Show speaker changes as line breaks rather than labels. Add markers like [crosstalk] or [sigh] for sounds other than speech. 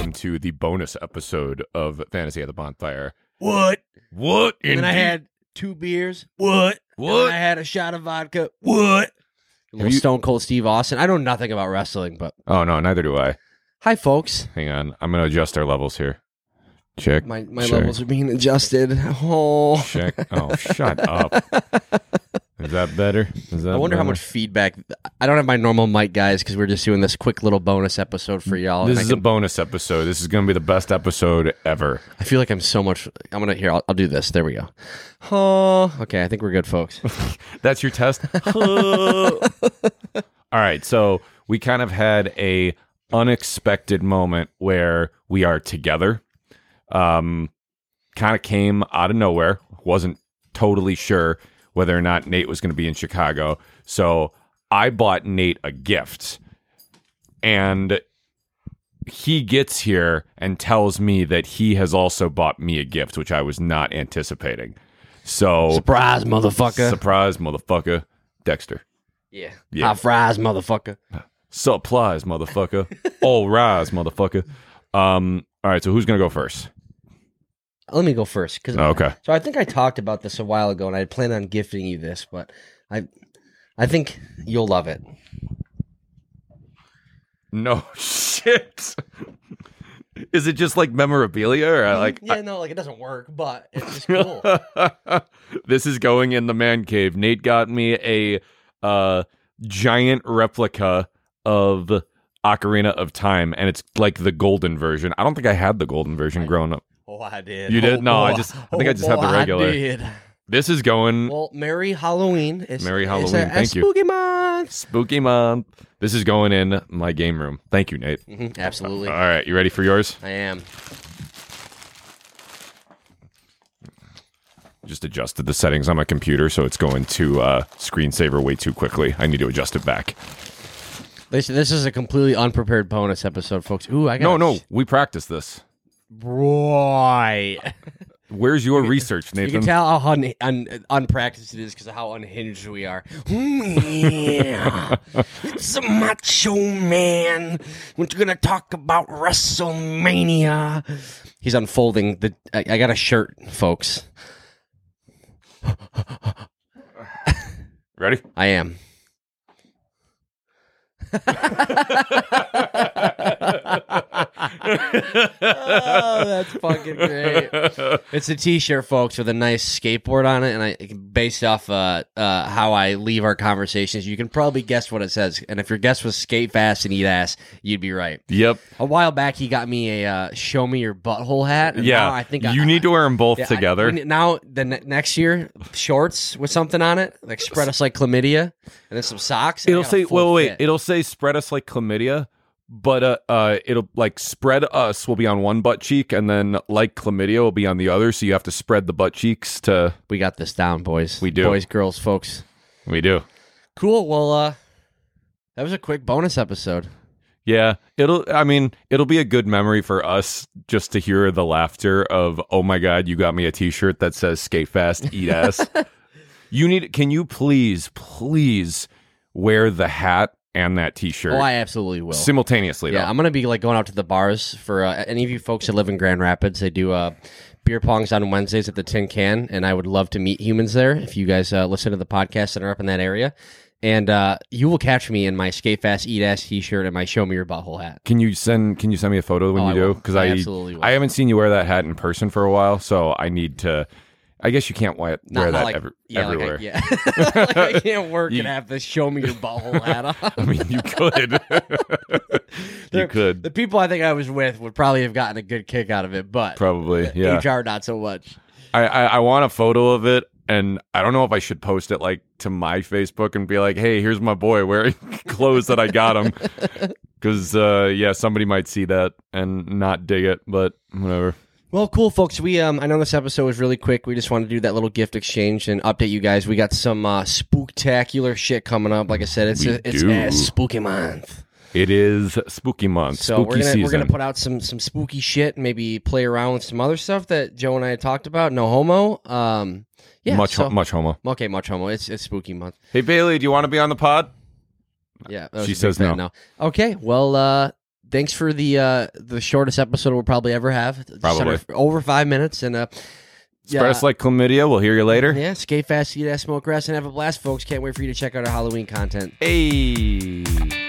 into the bonus episode of Fantasy at the Bonfire.
What?
What?
And then I
indeed?
had two beers.
what?
And then
What?
I had a shot of vodka. What? Little
you-
Stone Cold Steve Austin. I know nothing about wrestling, but
Oh no, neither do I.
hi, folks.
Hang on, I'm gonna adjust our levels here. Check.
My my
Sure.
levels are being adjusted. Oh.
Check. Oh,
[laughs]
shut up. Is that better? Is that
I wonder how
better?
much feedback. I don't have my normal mic, guys, because we're just doing this quick little bonus episode for y'all.
This
and
is
I,
a bonus episode. This is going to be the best episode ever.
can- I feel like I'm so much. I'm gonna here. I'll, I'll do this. There we go. Oh, okay. I think we're good, folks.
That's your test. [laughs] All right, so we kind of had a unexpected moment where we are together. Um kind of came out of nowhere. Wasn't totally sure whether or not Nate was going to be in Chicago. So I bought Nate a gift. And he gets here and tells me that he has also bought me a gift, which I was not anticipating. So
Surprise, motherfucker.
Surprise, motherfucker. Dexter.
yeah.
Yeah.
Hot fries, motherfucker.
Supplies, motherfucker. All rise, motherfucker. Um, all right, so who's gonna go first?
Let me go first, because
Okay.
So I think I talked about this a while ago, and I plan on gifting you this, but I, I think you'll love it.
No [laughs] shit. Is it just like memorabilia or uh, like
yeah, no, like it doesn't work, but it's just [laughs]
[laughs]
cool.
this is going in the man cave. Nate got me a uh giant replica of Ocarina of Time, and it's like the golden version. I don't think I had the golden version growing up.
oh, I did.
You did?
Oh,
No, I
boy.
just- I think I
Oh,
just had the
boy,
regular.
I did.
This is going
Well, Merry Halloween. It's,
Merry
it's
Halloween.
a- a
Thank you.
Spooky [laughs] month.
Spooky month. This is going in my game room. Thank you,
[laughs]
Nate.
Mhm, Absolutely,
All right, you ready for yours?
I am.
Just adjusted the settings on my computer, so it's going to uh, screensaver way too quickly. I need to adjust it back.
This this is a completely unprepared bonus episode, folks. Ooh, I got
No,
a-
no, we practiced this.
right. [laughs]
Where's your research,
You can
Nathan?
tell how un, un, unpracticed it is because of how unhinged we are. Yeah. it's a macho man. We're gonna talk about WrestleMania. He's unfolding the. I, I got a shirt, folks.
Ready?
I am. oh, that's fucking great. It's a t-shirt, folks, with a nice skateboard on it, and I based off uh, uh, how I leave our conversations, you can probably guess what it says. And if your guess was "skate fast and eat ass," you'd be right.
Yep.
A while back, he got me a uh, "show me your butthole" hat. and
Yeah.
now I think
you
I,
need to wear them both
yeah, I-
together.
and now the ne- next year, shorts with something on it, like spread us like chlamydia, and then some socks. and I
it'll
got a
say,
full
"Well, wait."
fit.
It'll say, "Spread us like chlamydia," but uh, uh, it'll like spread us will be on one butt cheek, and then like chlamydia will be on the other. So you have to spread the butt cheeks to.
we got this down, boys.
We do.
boys, girls, folks.
We do.
Cool. Well, uh, that was a quick bonus episode.
Yeah, it'll. I mean, it'll be a good memory for us just to hear the laughter of, "Oh my God, you got me a T-shirt that says Skate Fast, Eat Ass."
[laughs]
you need. Can you please, please wear the hat and that T-shirt
Oh, I absolutely will.
simultaneously?
Yeah,
though.
I'm gonna be like going out to the bars for uh, any of you folks that live in Grand Rapids. They do uh, beer pongs on Wednesdays at the Tin Can, and I would love to meet humans there. If you guys uh, listen to the podcast and are up in that area, and uh, you will catch me in my skate fast eat ass t-shirt and my show me your butthole hat.
Can you send? Can you send me a photo when
Oh,
you
I
do?
will.
Because
I
I,
absolutely will.
I haven't seen you wear that hat in person for a while, so I need to. I guess you can't wi- wear,
Not- not
that
like-
ever,
yeah, like I-
everywhere.
yeah, [laughs] Like,
[laughs]
I can't work
You-
and have this show me your butthole hat
[laughs] [laughs] I
on.
mean, you could. [laughs] you
[laughs] There-
could
The people I think I was with would probably have gotten a good kick out of it, but
probably. Yeah.
HR not so much.
I, I, I want a photo of it, and I don't know if I should post it like to my Facebook and be like, "Hey, here's my boy wearing [laughs] clothes that I got
[laughs]
him," because uh, yeah, somebody might see that and not dig it, but whatever.
Well, cool, folks. We um, I know this episode was really quick. We just wanted to do that little gift exchange and update you guys. We got some uh, spooktacular shit coming up. Like I said, it's
We
a, it's
do.
a spooky month,
It is spooky month,
so
spooky
we're gonna
season.
we're gonna put out some some spooky shit. Maybe play around with some other stuff that Joe and I had talked about. No homo. Um, yeah,
much
so,
much homo.
Okay, much homo. It's it's spooky month.
Hey Bailey, do you want to be on the pod?
Yeah, that was
She
a big
says
fat
no.
Okay, well, uh, thanks for the uh, the shortest episode we'll probably ever have. Just
Probably.
under- over five minutes and uh,
Spread us like chlamydia. We'll hear you later.
yeah, skate fast, eat ass, smoke grass, and have a blast, folks. Can't wait for you to check out our Halloween content.
Hey.